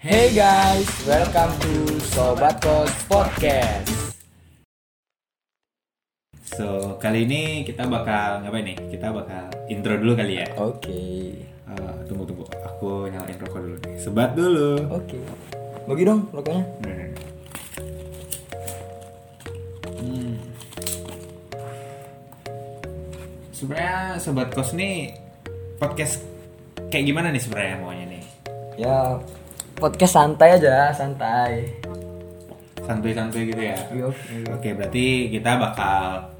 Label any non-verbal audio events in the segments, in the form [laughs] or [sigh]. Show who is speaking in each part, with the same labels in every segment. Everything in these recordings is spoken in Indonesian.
Speaker 1: Hey guys, welcome to Sobat Kos Podcast.
Speaker 2: So, kali ini kita bakal ngapain nih? Kita bakal intro dulu kali ya.
Speaker 1: Oke,
Speaker 2: Eh, tunggu tunggu, aku nyalain rokok dulu nih. Sebat dulu.
Speaker 1: oke. Bagi dong rokoknya.
Speaker 2: Hmm. Hmm. Sebenarnya sobat kos nih podcast kayak gimana nih sebenarnya maunya nih?
Speaker 1: Ya, podcast santai aja, santai.
Speaker 2: Santuy-santuy gitu ya.
Speaker 1: Yuk, yuk.
Speaker 2: Oke, berarti kita bakal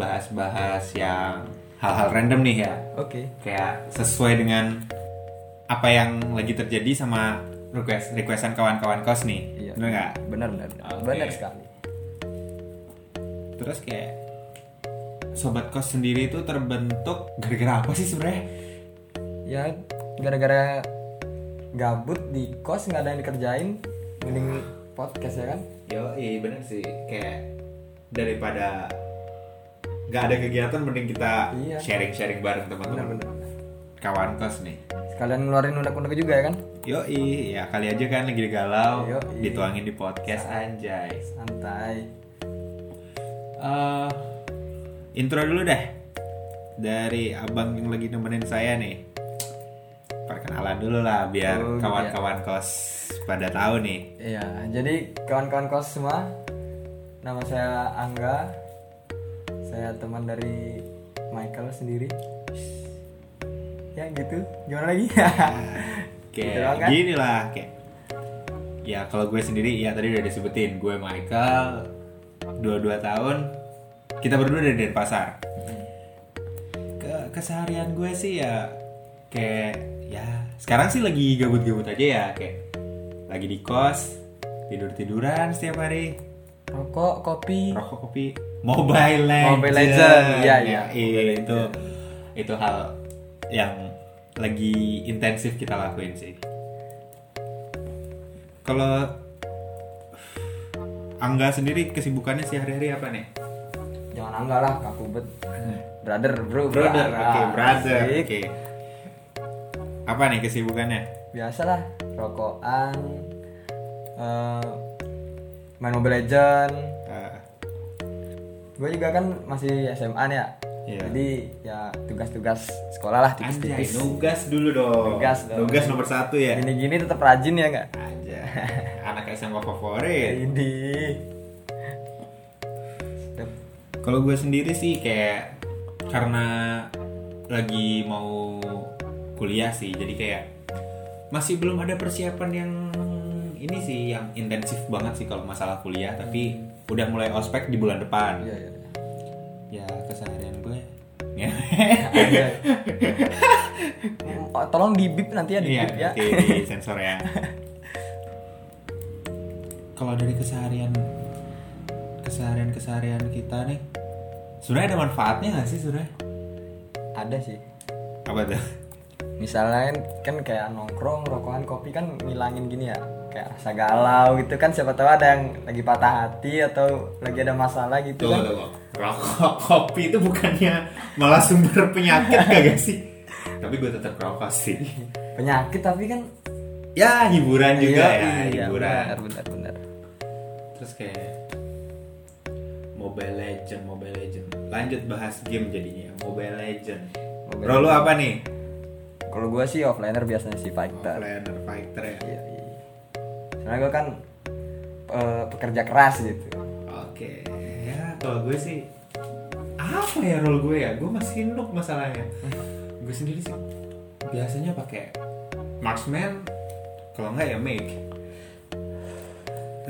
Speaker 2: bahas-bahas yang hal-hal random nih ya.
Speaker 1: Oke.
Speaker 2: kayak sesuai dengan apa yang lagi terjadi sama request requestan kawan-kawan kos nih
Speaker 1: Iya.
Speaker 2: bener nggak
Speaker 1: Benar, benar, benar.
Speaker 2: Oke.
Speaker 1: Benar sekali.
Speaker 2: terus kayak sobat kos sendiri itu terbentuk gara-gara apa sih sebenarnya
Speaker 1: Ya, gara-gara gabut di kos nggak ada yang dikerjain, mending podcast ya kan?
Speaker 2: yo iya bener sih kayak daripada nggak ada kegiatan mending kita
Speaker 1: Iya.
Speaker 2: sharing-sharing bareng
Speaker 1: Benar,
Speaker 2: teman-teman
Speaker 1: benar.
Speaker 2: kawan kos nih
Speaker 1: Sekalian ngeluarin undang-undang juga ya kan?
Speaker 2: yo iya kali aja kan lagi galau
Speaker 1: Yoi.
Speaker 2: dituangin di podcast anjay
Speaker 1: Santai.
Speaker 2: Eh, intro dulu deh dari abang yang lagi nemenin saya nih. Perkenalan dulu lah biar
Speaker 1: Oh, gitu
Speaker 2: kawan-kawan kos pada tahu nih.
Speaker 1: Iya, jadi kawan-kawan kos semua, nama saya Angga, saya teman dari Michael sendiri. Ya gitu, gimana lagi? [laughs] Gitu doang
Speaker 2: Kayak
Speaker 1: kan?
Speaker 2: gini lah kayak. Ya kalau gue sendiri ya tadi udah disebutin gue Michael 22 tahun. Kita berdua dari Denpasar. Ke keseharian gue sih ya kayak ya sekarang sih lagi gabut-gabut aja ya kayak lagi di kos tidur-tiduran setiap hari
Speaker 1: Rokok, kopi,
Speaker 2: rokok kopi Mobile Legends.
Speaker 1: Mobile Legend, iya, iya.
Speaker 2: iya, itu itu hal yang lagi intensif kita lakuin sih. Kalau Angga sendiri kesibukannya sehari-hari apa nih?
Speaker 1: jangan Angga lah, kaku bet. Brother, bro,
Speaker 2: Iya, oke,
Speaker 1: brother.
Speaker 2: Hmm. brother, oke.
Speaker 1: Asik.
Speaker 2: Apa nih kesibukannya?
Speaker 1: Biasalah, rokokan, eh, main Mobile Legend,
Speaker 2: Eh,
Speaker 1: gue juga kan masih SMA nih ya
Speaker 2: Iya.
Speaker 1: jadi ya tugas-tugas sekolah lah
Speaker 2: anjay,
Speaker 1: tipis-tipis
Speaker 2: nugas dulu dong.
Speaker 1: Nugas dong.
Speaker 2: Nugas nomor satu ya.
Speaker 1: gini-gini tetap rajin ya nggak
Speaker 2: Aja, anak SMA favorit.
Speaker 1: ini Sedap.
Speaker 2: Kalau gue sendiri sih kayak karena lagi mau kuliah sih, jadi kayak masih belum ada persiapan yang ini sih yang intensif banget sih kalau masalah kuliah, tapi udah mulai ospek di bulan depan.
Speaker 1: iya iya iya.
Speaker 2: Ya keseharian gue.
Speaker 1: Iya. Oh, tolong di bip nanti ya di
Speaker 2: [laughs] Iya,
Speaker 1: bip ya
Speaker 2: nanti di sensor ya. Kalau dari keseharian keseharian keseharian kita nih, sebenarnya ada manfaatnya nggak sih sebenarnya?
Speaker 1: ada sih
Speaker 2: Apa tuh?
Speaker 1: misalnya kan kayak nongkrong rokokan kopi kan ngilangin gini ya kayak rasa galau gitu kan siapa tahu ada yang lagi patah hati atau lagi ada masalah gitu
Speaker 2: Tuh,
Speaker 1: kan
Speaker 2: tuh, tuh. Rokok kopi itu bukannya malah sumber penyakit [laughs] kagak sih? Tapi gue tetap rokok sih.
Speaker 1: penyakit tapi kan
Speaker 2: Ya hiburan juga
Speaker 1: Iya,
Speaker 2: ya,
Speaker 1: iya,
Speaker 2: hiburan.
Speaker 1: benar benar benar
Speaker 2: Terus kayak Mobile Legend, Mobile Legend. Lanjut bahas game jadinya. Mobile Legend.
Speaker 1: Mobile
Speaker 2: Bro lu apa nih?
Speaker 1: Kalau gue sih offliner biasanya sih fighter.
Speaker 2: Planner Fighter ya.
Speaker 1: Iya, iya. Soalnya gue kan eh, pekerja keras gitu.
Speaker 2: Oke. Ya kalau gue sih apa ya role gue ya? Gue masih nuk masalahnya. gue sendiri sih biasanya pakai marksman kalau nggak ya make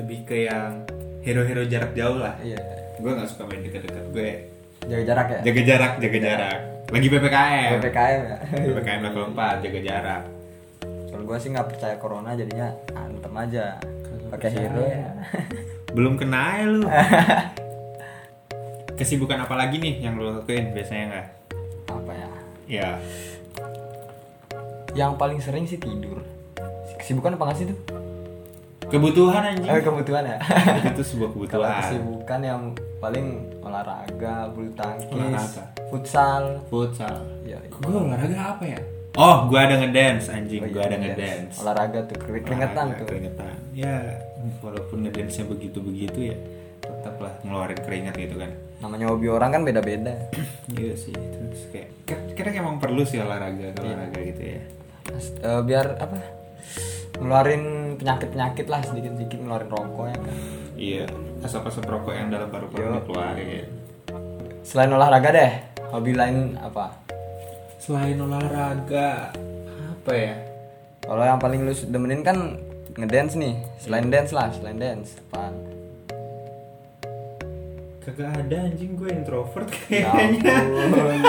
Speaker 2: lebih ke yang hero-hero jarak jauh lah
Speaker 1: Iya.
Speaker 2: gue nggak suka main dekat-dekat gue
Speaker 1: Jaga jarak ya.
Speaker 2: jaga jarak jaga jarak lagi ppkm
Speaker 1: PPKM ya.
Speaker 2: ppkm level 4 jaga jarak
Speaker 1: Kalau gue sih nggak percaya corona jadinya antem aja. Pakai
Speaker 2: percaya.
Speaker 1: hero [laughs] ya.
Speaker 2: belum kena ya lu kesibukan apa lagi nih yang lo lakuin biasanya nggak
Speaker 1: Apa ya?
Speaker 2: ya
Speaker 1: Yang paling sering sih tidur. Kesibukan apa nggak sih tuh?
Speaker 2: kebutuhan
Speaker 1: [laughs]
Speaker 2: anjing
Speaker 1: Eh, kebutuhan ya.
Speaker 2: [laughs] itu sebuah
Speaker 1: Kalau
Speaker 2: kebutuhan
Speaker 1: kesibukan yang paling olahraga, bulu tangkis,
Speaker 2: Olahraga.
Speaker 1: futsal.
Speaker 2: futsal
Speaker 1: Iya, iya.
Speaker 2: gue olahraga apa ya Oh, gue ada ngedance anjing, gue ada
Speaker 1: Dance.
Speaker 2: ngedance.
Speaker 1: olahraga tuh keringetan keringetan
Speaker 2: Olahraga,
Speaker 1: tuh
Speaker 2: keringetan. Ya, walaupun ngedance-nya begitu-begitu ya, tetaplah ngeluarin keringat gitu kan. [clears throat]
Speaker 1: namanya hobi orang kan beda beda
Speaker 2: Iya sih, terus kayak kira- kira emang perlu sih olahraga, olahraga gitu ya.
Speaker 1: Eh, biar apa ngeluarin penyakit penyakit lah sedikit sedikit ngeluarin rokok ya kan
Speaker 2: Iya, asap-asap rokok yang dalam paru-paru dikeluarin. ya.
Speaker 1: selain olahraga deh hobi lain apa
Speaker 2: Selain olahraga, apa ya?
Speaker 1: kalau yang paling lu demenin kan ngedance nih selain dance lah selain dance apaan
Speaker 2: Kagak ada anjing gue introvert
Speaker 1: ya
Speaker 2: [laughs] kayaknya.
Speaker 1: ampun.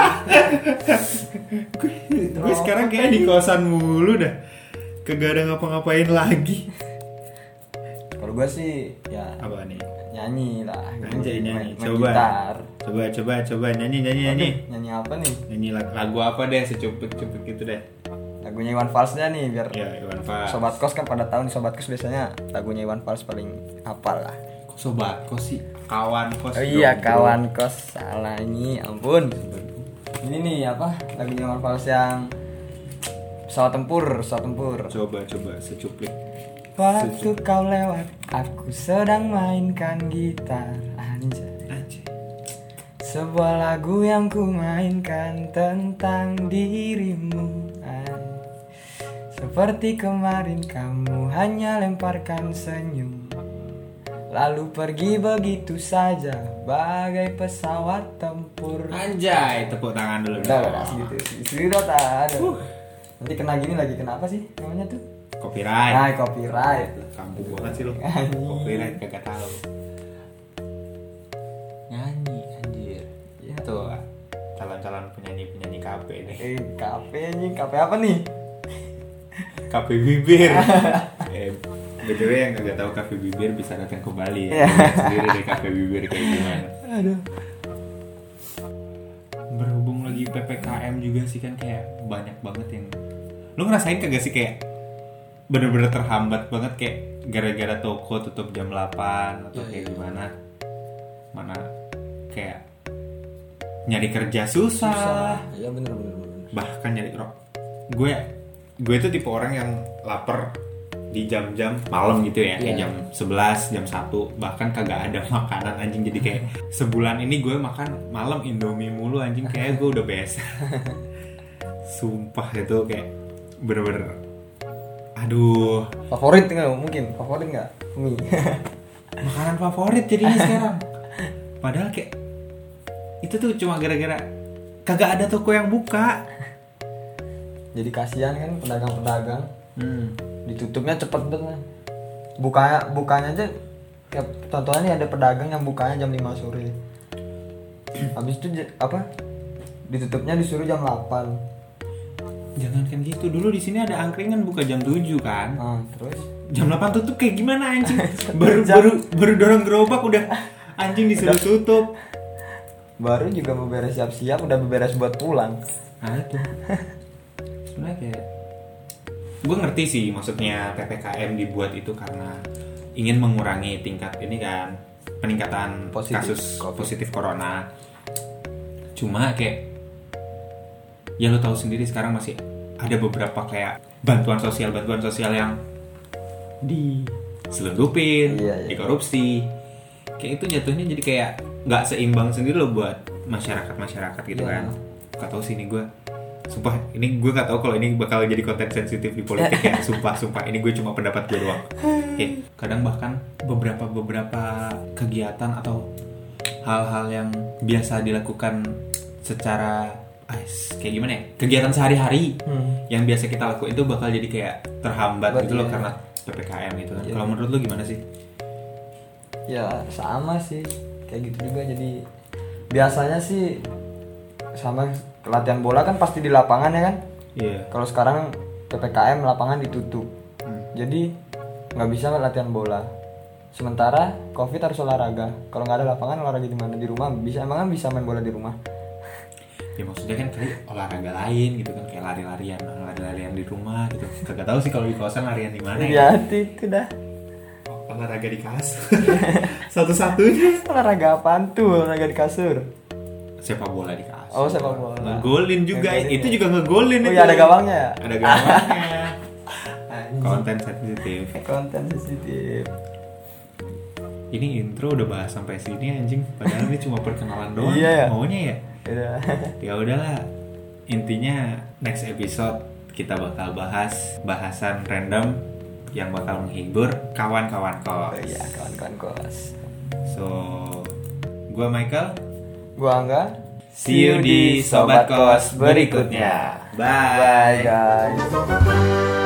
Speaker 2: gue gue Iya, sekarang kayak di kosan mulu dah. Kagak ada ngapa-ngapain lagi.
Speaker 1: kalau gue sih ya
Speaker 2: Apa nih?
Speaker 1: nyanyi lah
Speaker 2: Anjay nyanyi.
Speaker 1: Main- main
Speaker 2: Coba.
Speaker 1: gitar.
Speaker 2: Coba coba coba nyanyi nyanyi nyanyi.
Speaker 1: nyanyi apa nih
Speaker 2: Nyanyi lag- lagu apa deh secupet-cupet gitu deh.
Speaker 1: lagunya Iwan Fals dah nih biar
Speaker 2: Ya Iwan Fals.
Speaker 1: sobat kos kan pada tahun sobat kos biasanya lagunya Iwan Fals paling hafal lah
Speaker 2: Kok sobat kos sih? Kawan kos.
Speaker 1: oh iya
Speaker 2: dong, bro.
Speaker 1: kawan kos salah nyi ampun ini nih apa lagunya Iwan Fals yang pesawat tempur pesawat tempur
Speaker 2: Coba coba secuplik.
Speaker 1: waktu kau lewat aku sedang mainkan gitar anjay
Speaker 2: Anjay.
Speaker 1: Sebuah lagu yang ku mainkan tentang dirimu Ay. Seperti kemarin kamu hanya lemparkan senyum Lalu pergi begitu saja bagai pesawat tempur
Speaker 2: Anjay, tepuk tangan dulu.
Speaker 1: Udah udah segitu Segitu udah tak ada Nanti kena gini lagi kenapa sih namanya tuh?
Speaker 2: Copyright.
Speaker 1: Nah copyright
Speaker 2: Kampung banget sih lo.
Speaker 1: Anjing.
Speaker 2: Copyright kagak tahu. Nyanyi anjir. Ya tuh calon-calon penyanyi-penyanyi KP nih.
Speaker 1: Eh kafe anjing kafe apa nih?
Speaker 2: KP bibir. [laughs] eh, BTW yang kagak tahu KP bibir bisa datang ke Bali ya. Lihat Sendiri deh KP bibir kayak gimana.
Speaker 1: Aduh
Speaker 2: Berhubung lagi PPKM juga sih kan kayak banyak banget yang Lu ngerasain kagak sih kayak bener-bener terhambat banget kayak gara-gara toko tutup jam 8 atau kayak gimana mana kayak nyari kerja susah.
Speaker 1: Ya bener bener bener
Speaker 2: bahkan nyari rok gue gue itu tipe orang yang lapar di jam-jam malam gitu ya kayak
Speaker 1: Iya.
Speaker 2: jam 11 jam 1 bahkan kagak ada [laughs] makanan anjing jadi kayak sebulan ini gue makan malam indomie mulu anjing kayak gue udah biasa sumpah itu kayak bener-bener aduh
Speaker 1: Favorit nggak mungkin? Favorit nggak? Mie.
Speaker 2: makanan favorit jadinya sekarang padahal kayak itu tuh cuma gara-gara kagak ada toko yang buka
Speaker 1: [laughs] Jadi kasihan kan pedagang-pedagang. Hmm. Ditutupnya cepet banget. Bukanya bukanya aja ya contohnya nih ada pedagang yang bukanya jam 5 sore. [clears throat] Habis itu je- apa? Ditutupnya disuruh jam 8.
Speaker 2: Jangankan gitu, dulu di sini ada angkringan buka jam 7 kan.
Speaker 1: Nah, terus
Speaker 2: Jam 8 tutup kayak gimana
Speaker 1: [laughs]
Speaker 2: anjing? Baru
Speaker 1: Jam.
Speaker 2: baru baru dorong gerobak udah anjing disuruh tutup.
Speaker 1: baru juga beberes siap-siap udah beberes buat pulang.
Speaker 2: Nah, itu. Sebenarnya kayak gue ngerti sih maksudnya PPKM dibuat itu karena ingin mengurangi tingkat ini kan peningkatan
Speaker 1: Positif
Speaker 2: kasus
Speaker 1: COVID.
Speaker 2: positif corona. Cuma kayak ya lo tahu sendiri sekarang masih ada beberapa kayak bantuan sosial bantuan sosial yang diselundupin,
Speaker 1: Iya, iya.
Speaker 2: dikorupsi. Kayak itu jatuhnya jadi kayak nggak seimbang sendiri loh buat masyarakat masyarakat gitu
Speaker 1: Iya.
Speaker 2: kan. Gak tau sih ini gue Sumpah, ini gue gak tau kalau ini bakal jadi konten sensitif di politik
Speaker 1: [laughs]
Speaker 2: ya Sumpah, sumpah, ini gue cuma pendapat gue doang Oke, Kadang bahkan beberapa-beberapa kegiatan atau hal-hal yang biasa dilakukan secara ah, Kayak gimana ya, kegiatan sehari-hari
Speaker 1: Hmm.
Speaker 2: Yang biasa kita lakuin itu bakal jadi kayak terhambat
Speaker 1: Buat
Speaker 2: gitu loh
Speaker 1: iya.
Speaker 2: karena PPKM gitu kan Kalau menurut lu gimana sih?
Speaker 1: Ya sama sih kayak gitu juga jadi biasanya sih sama latihan bola kan pasti di lapangan ya kan?
Speaker 2: Iya
Speaker 1: Kalau sekarang PPKM lapangan ditutup. Jadi nggak bisa latihan bola. Sementara Covid harus olahraga. Kalau nggak ada lapangan olahraga di mana? Di rumah bisa emang kan bisa main bola di rumah.
Speaker 2: Ya maksudnya kan kayak olahraga lain gitu kan Kayak lari-larian, lari-larian di rumah gitu Kagak tau sih kalau di kosan larian di mana ya.
Speaker 1: Di hati Ya, itu dah.
Speaker 2: olahraga di kasur [laughs] satu-satunya
Speaker 1: Olahraga apaan tuh? Olahraga di kasur.
Speaker 2: sepak bola di kasur
Speaker 1: Oh sepak bola.
Speaker 2: ngegolin juga
Speaker 1: Ngegolin
Speaker 2: itu
Speaker 1: ya.
Speaker 2: juga
Speaker 1: Oh
Speaker 2: ngegolin itu.
Speaker 1: iya ada gawangnya ya. [laughs]
Speaker 2: ada gawangnya
Speaker 1: Anjing.
Speaker 2: konten sensitif
Speaker 1: Konten sensitif.
Speaker 2: ini intro udah bahas sampai sini anjing padahal ini cuma perkenalan doang
Speaker 1: Iya ya.
Speaker 2: maunya ya
Speaker 1: Udah. [laughs]
Speaker 2: ya udahlah intinya next episode kita bakal bahas bahasan random yang bakal menghibur kawan-kawan
Speaker 1: Oh
Speaker 2: kos
Speaker 1: iya kawan-kawan kelas.
Speaker 2: so gua Michael
Speaker 1: Gua Angga.
Speaker 2: see you di sobat kos berikutnya bye,
Speaker 1: Bye guys.